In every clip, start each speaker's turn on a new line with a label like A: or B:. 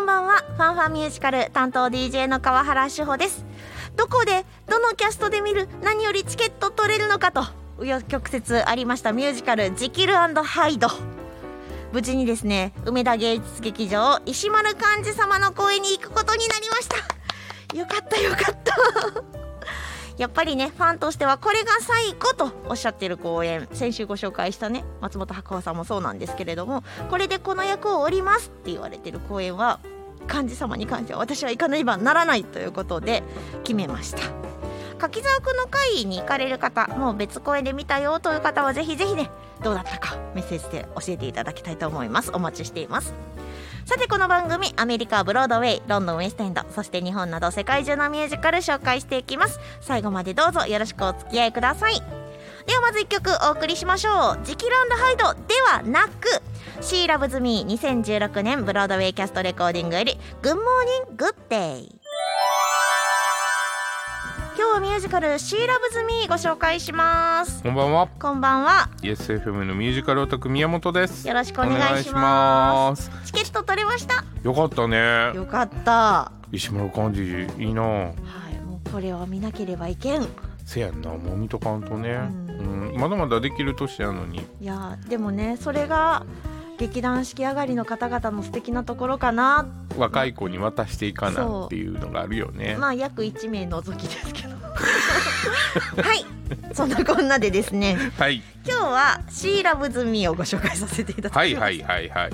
A: ンファミュージカル担当 DJ の川原志保ですどこでどのキャストで見る何よりチケット取れるのかと紆余曲折ありましたミュージカル「ジキルハイド」無事にですね梅田芸術劇場石丸幹二様の公演に行くことになりましたよかったよかったやっぱりねファンとしてはこれが最後とおっしゃってる公演先週ご紹介したね松本白鵬さんもそうなんですけれどもこれでこの役を折りますって言われてる公演は幹事様に関しては私は行かねばならないということで決めました柿沢くんの会に行かれる方もう別公演で見たよという方はぜひぜひねどうだったかメッセージで教えていただきたいと思いますお待ちしていますさてこの番組アメリカブロードウェイロンドンウェストエンドそして日本など世界中のミュージカル紹介していきます最後までどうぞよろしくお付き合いくださいではまず1曲お送りしましょう「ジキランドハイド」ではなく「シーラブズミー2016年ブロードウェイキャストレコーディングより「グッモーニングッデイ」今日はミュージカル「シーラブズミーご紹介します
B: こんばんは
A: こんばんは
B: ESFM のミュージカルオタク宮本です
A: よろしくお願いし
B: お願
A: ま
B: いします
A: チケット取れました
B: よかったね
A: よかった
B: 石丸幹事いいな
A: はい、もうこれは見なければいけん。い
B: せやんなもう見とかんとね、
A: う
B: うんまだまだできる年やのに
A: やー、でもね、それが劇団四季上がりの方々の素敵なところかな。
B: 若い子に渡していかなっていうのがあるよね、
A: まあ約1名除きですけど。 はい、そんなこんなでですね、
B: はい
A: 今日はシーラブズミーをご紹介させていただきます。
B: はいはいはいはい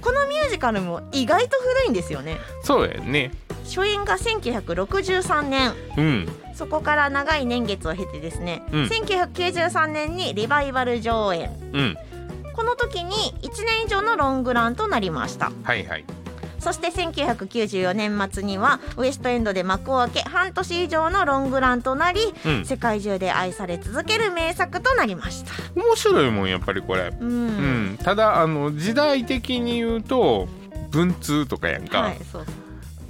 A: このミュージカルも意外と古いんですよね。
B: そうやね
A: 初演が1963年。
B: うん
A: そこから長い年月を経てですね、
B: うん
A: 1993年にリバイバル上演
B: うん
A: この時に1年以上のロングランとなりました
B: はいはい
A: そして1994年末にはウエストエンドで幕を開け半年以上のロングランとなり、
B: うん
A: 世界中で愛され続ける名作となりました
B: 面白いもんやっぱりこれ
A: うん、
B: うん、ただあの時代的に言うと文通とかやんか、
A: はいそうそう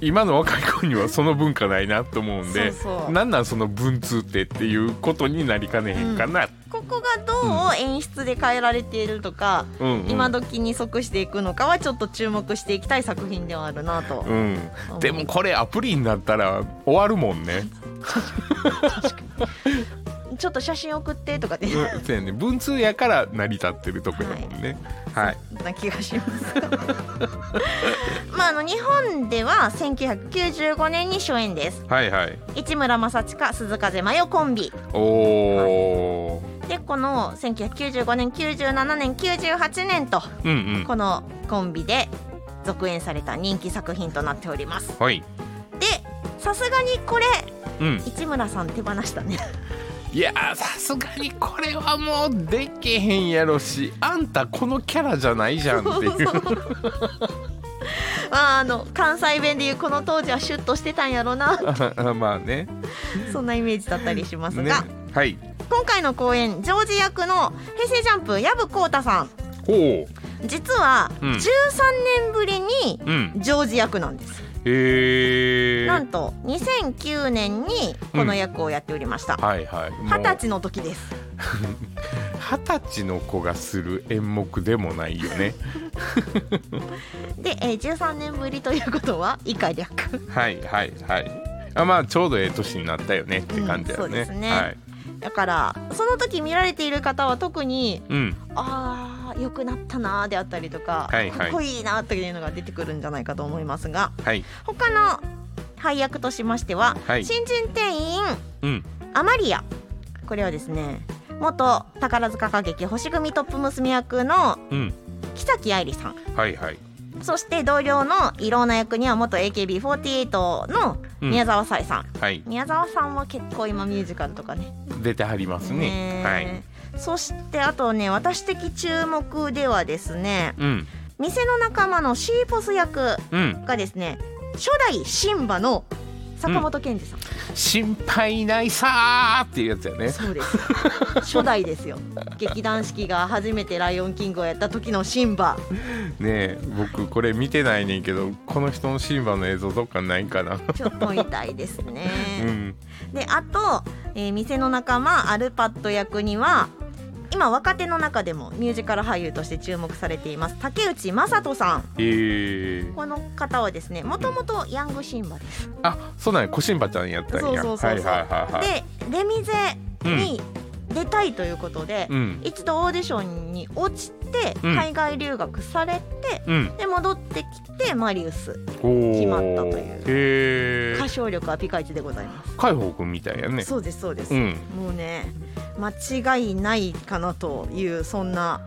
B: 今の若い子にはその文化ないなと思うんで
A: そうそう
B: なんなんその文通ってっていうことになりかねへんかな、
A: ここがどう演出で変えられているとか、
B: うんうん
A: 今時に即していくのかはちょっと注目していきたい作品ではあるなと、
B: うん、でもこれアプリになったら終わるもん ね。
A: ちょっと写真送ってとかで、
B: うん、そうやね文通やから成り立ってるとこやもんね。はい、
A: な気がします まああの日本では1995年に初演です
B: はい、はい。
A: 市村正親鈴風真世コンビ
B: おお、
A: でこの1995年97年98年と
B: うんうん。
A: このコンビで続演された人気作品となっております
B: はい、
A: でさすがにこれ
B: うん。
A: 市村さん手放した ね
B: いやーさすがにこれはもうでけへんやろし、あんたこのキャラじゃないじゃんっていう。
A: まああの関西弁でいうこの当時はシュッとしてたんやろな
B: あ まあね。
A: そんなイメージだったりしますが、
B: ね。はい。
A: 今回の公演ジョージ役の平成ジャンプ薮浩太さん
B: おお、
A: 実は
B: うん
A: 13年ぶりに
B: うん。
A: ジョージ役なんです
B: ええー。
A: なんと2009年にこの役をやっておりました。
B: はいはい。もう
A: 二十歳の時です。
B: 二十歳の子がする演目でもないよね。
A: で、えー、13年ぶりということは以下略。
B: はいはいはい。あまあちょうどええ年になったよねって感じだ
A: うんそ
B: よね。
A: うですね
B: はい。
A: だからその時見られている方は特に
B: うん。
A: ああ良くなったなーであったりとか、
B: はいはい
A: かっこいいなーっていうのが出てくるんじゃないかと思いますが、
B: はい。
A: 他の配役としましては、
B: はい
A: 新人店員
B: うん。
A: アマリアこれはですね元宝塚歌劇星組トップ娘役の
B: うん。
A: 木崎愛理さん
B: はいはい。
A: そして同僚のいろんな役には元 AKB48 の宮沢沙絵さん、
B: はい。
A: 宮沢さんは結構今ミュージカルとかね
B: 出てはりますね。
A: ね
B: はい。
A: そしてあとね私的注目ではですね
B: うん。
A: 店の仲間のシーポス役
B: うん。
A: がですね初代シンバの坂本健二さん、
B: 心配ないさーっていうやつやね。
A: そうです初代ですよ劇団四季が初めて「ライオンキング」をやった時のシンバ
B: ねえ、僕これ見てないねんけど、この人のシンバの映像どっかないかな。
A: ちょっと見たいですね、
B: うん。
A: であと、えー店の仲間アルパット役には今若手の中でもミュージカル俳優として注目されています竹内正人さん
B: ええ
A: この方はですねもともとヤングシンバです
B: あそうなんやコシンバちゃんやったんや
A: そうそうそうそう
B: はいはいはいはい
A: でレミゼに出たいということで、
B: うん
A: 一度オーディションに落ちて
B: うん
A: 海外留学されて、
B: うん
A: で戻ってきてマリウス
B: おお
A: 決まったという
B: へえ
A: 歌唱力はピカイチでございます、
B: 海宝くんみたいやね
A: そうですそうです、
B: うん
A: もうね間違いないかなというそんな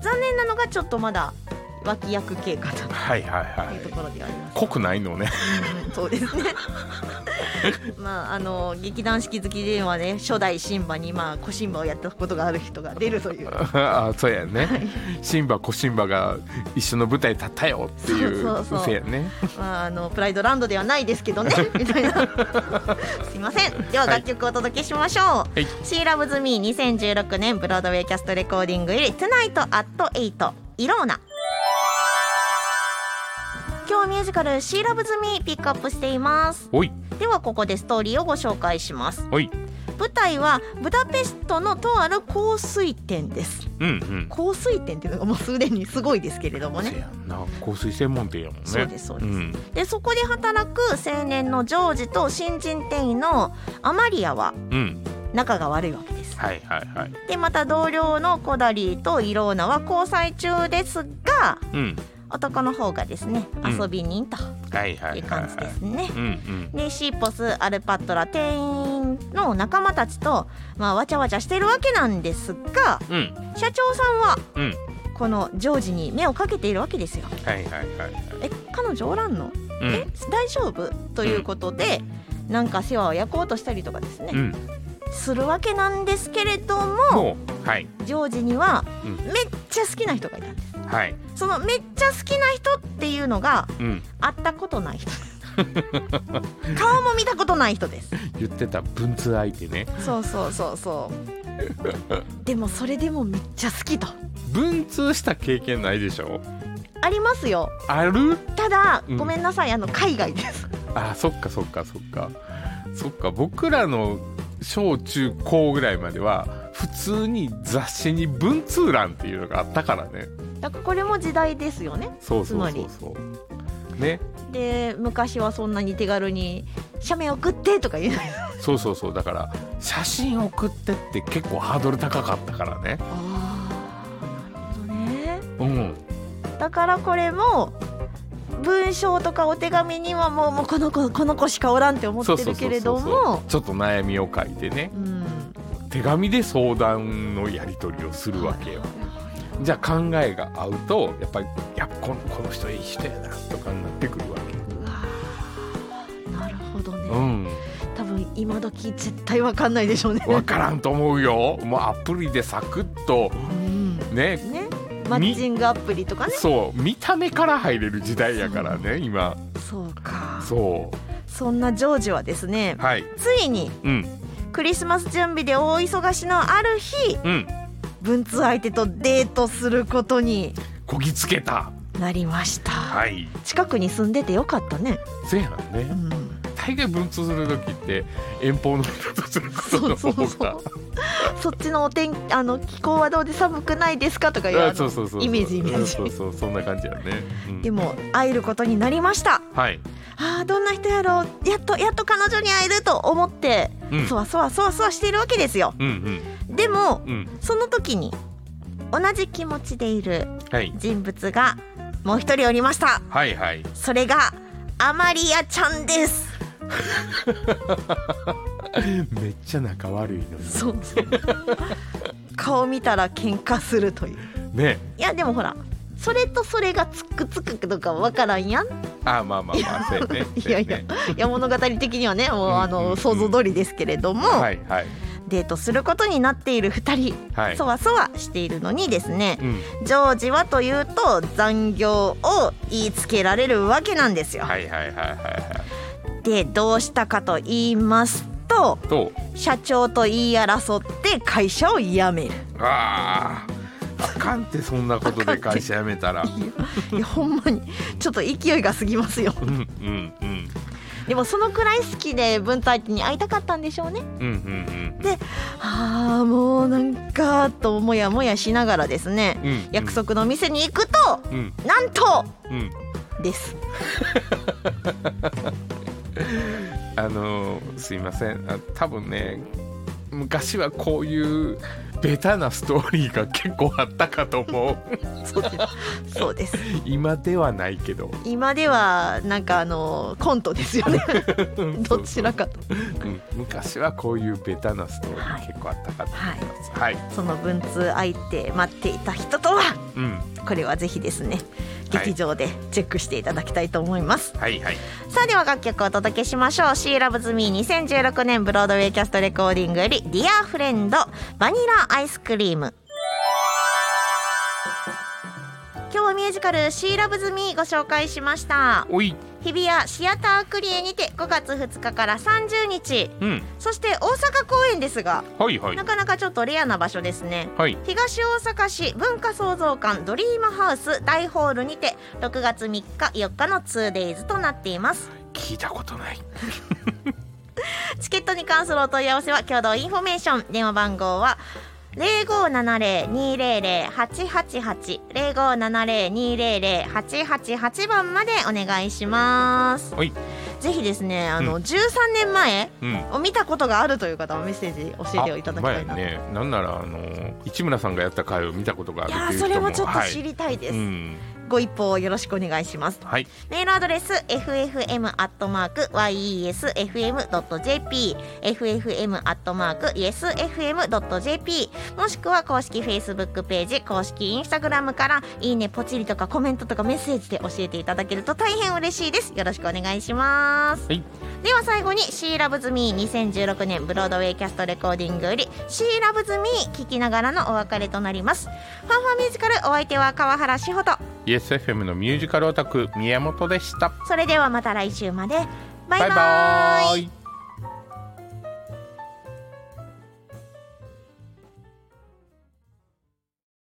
A: 残念なのがちょっとまだ脇役系かな
B: はいはいは
A: というと
B: い
A: ころではあります
B: 濃くないのね
A: うんそうですね。まああの劇団四季好きではね初代シンバにまあ小シンバをやったことがある人が出るという。
B: あそうやねシンバコシンバが一緒の舞台立ったよっていう
A: そうそうそう
B: やね
A: まああのプライドランドではないですけどねみたいな。すいません。では
B: はい
A: 楽曲をお届けしましょう。
B: はい
A: She Loves Me 2016年ブロードウェイキャストレコーディングより Tonight at 8イローナ。今日ミュージカル She Loves Me ピックアップしています。
B: おい
A: ではここでストーリーをご紹介します。
B: おい
A: 舞台はブダペストのとある香水店です
B: うんうん
A: 香水店っていうのがもうすでにすごいですけれども
B: せ
A: ね
B: やんな香水専門店やもんね
A: そうですそうです
B: ん
A: でそこで働く青年のジョージと新人店員のアマリアは
B: うん
A: 仲が悪いわけです
B: はいはいはい
A: でまた同僚のコダリーとイローナは交際中ですが
B: うん
A: 男の方がですね
B: うん
A: 遊び人と
B: はいはいはいいう
A: 感じ
B: は
A: ですね
B: いうんうん
A: でシーポスアルパットラ店員の仲間たちと、まあ、わちゃわちゃしてるわけなんですが
B: うん
A: 社長さんは
B: うん
A: このジョージに目をかけているわけですよ。
B: はいはいはいはい
A: え彼女おらんの、
B: う
A: え
B: ん
A: 大丈夫ということで、なんか世話を焼こうとしたりとかですね、
B: うん
A: するわけなんですけれども
B: もうはい
A: ジョージには
B: うん
A: めっちゃ好きな人がいたんです。
B: はい
A: そのめっちゃ好きな人っていうのが
B: うん
A: 会ったことない 人顔も見たことない人です
B: 言ってた文通相手ね
A: そうそうそうそうでもそれでもめっちゃ好きと
B: 文通した経験ないでしょ
A: ありますよ
B: ある
A: ただ、
B: うん
A: ごめんなさいあの海外です
B: あそっかそっかそっかそっか僕らの小中高ぐらいまでは普通に雑誌に文通欄っていうのがあったからね
A: だからこれも時代ですよね
B: そうそうそうそうね
A: で昔はそんなに手軽に「写メ送って」とか言えない
B: そうそうそうだから写真送ってって結構ハードル高かったからね
A: あなるほどね
B: うん
A: だからこれも文章とかお手紙にはもうもうこの子この子しかおらんって思
B: そ
A: っ
B: う
A: て
B: そ
A: る
B: うそ
A: け
B: う
A: れ
B: そ
A: ど
B: う
A: も
B: ちょっと悩みを書いてね
A: うん
B: 手紙で相談のやり取りをするわけよじゃあ考えが合うとやっぱりいやこのこの人いい人やなとかになってくるわけ
A: うわーなるほど
B: う
A: ね
B: ん
A: 多分今時絶対わかんないでしょうね
B: わからんと思うよもうアプリでサクッと
A: うん
B: ね
A: ねマッチングアプリとかね
B: そう見た目から入れる時代やからね今
A: そうか
B: そ
A: そんなジョージはですね
B: うはい
A: ついに
B: うん
A: クリスマス準備で大忙しのある日
B: うん
A: 文通相手とデートすることに
B: こぎつけた
A: なりました、
B: はい
A: 近くに住んでてよかったね、
B: せやん
A: う
B: ね
A: ん、
B: 大概文通する時って遠方の人とすること
A: そう
B: の
A: そ
B: 方
A: うそ
B: が
A: うそっちのお天あの気候はどうで寒くないですかとかいうあ
B: あ
A: の
B: そうそうそうそう
A: イメージイメージ
B: そうそうそんな感じやね、うん
A: でも会えることになりました
B: はい
A: あーどんな人やろうやっとやっと彼女に会えると思って、
B: うん
A: そわそわそわそわしているわけですよ
B: うん
A: でも
B: うんうん
A: その時に同じ気持ちでいる
B: はい
A: 人物がもう一人おりました
B: はいはい
A: それがアマリアちゃんです。
B: めっちゃ仲悪いのに
A: そうそう。 顔見たら喧嘩するという。
B: ね
A: いやでもほら、それとそれがつくつくとかわからんや ん。
B: あまあまあまあそうや ね
A: い
B: そう
A: やい
B: ね
A: や、いや物語的にはね、もうあ
B: うんうんう
A: の
B: ん
A: 想像通りですけれども、
B: はいはい
A: デートすることになっている二人、
B: はい
A: そわそわしているのにですね、
B: うん
A: ジョージはというと残業を言いつけられるわけなんですよ。
B: はいはいはいはいは
A: でどうしたかと言いますと。
B: いと
A: 社長と言い争って会社を辞める
B: あーあかんってそんなことで会社辞 めたら
A: いやほんまにちょっと勢いが過ぎますよ
B: うんうんうん
A: でもそのくらい好きで文太一に会いたかったんでしょうね
B: うんうん
A: でああもうなんかともやもやしながらですね
B: うんうん
A: 約束の店に行くと
B: うん
A: なんと
B: うん
A: です
B: あのーすいませんあ多分ね昔はこういうベタなストーリーが結構あったかと思う
A: そうです
B: 今ではないけど
A: 今ではなんかあのコントです よねどちらかと
B: うん、昔はこういうベタなストーリー結構あったかと思います。はい、
A: その文通相手待っていた人とは
B: うん、
A: これはぜひですね
B: はい
A: 劇場でチェックしていただきたいと思います、
B: はいはい、
A: さあでは楽曲をお届けしましょう「She Loves Me2016 年ブロードウェイキャストレコーディング」より「Dear Friend バニラアイスクリーム」今日はミュージカル「She Loves Me」ご紹介しました
B: おい、
A: 日比谷シアタークリエにて5月2日から30日
B: うん、
A: そして大阪公演ですが
B: はいはい
A: な、かなかちょっとレアな場所ですね
B: はい、
A: 東大阪市文化創造館ドリームハウス大ホールにて6月3日4日の 2days となっています
B: 聞いたことない。
A: チケットに関するお問い合わせは共同インフォメーション電話番号は0570-200-888 0570-200-888番までお願いします
B: はい、
A: ぜひですねあの、
B: う
A: 13年前
B: うん。
A: を見たことがあるという方はメッセージ教えていただきたいなと、
B: あ前ね、なんならあの市村さんがやった回を見たことがあ
A: い
B: る
A: や
B: とい
A: ー
B: う
A: そ
B: 人も
A: れもちょっと知
B: り
A: りたいです、
B: はい、うん、
A: ご一報よろしくお願いします
B: はい、
A: メールアドレス ffm.yesfm.jp ffm.yesfm.jp もしくは公式 Facebook ページ公式 Instagram からいいねポチリとかコメントとかメッセージで教えていただけると大変嬉しいですよろしくお願いします、
B: はい
A: では最後に「She Loves Me2016 年ブロードウェイキャストレコーディング」より「She Loves Me」聞きながらのお別れとなりますファンファンミュージカルお相手は川原志穂と
B: ESFM のミュージカルオタク宮本でした。
A: それではまた来週までバイバ
B: バ
A: イ
B: イバーイ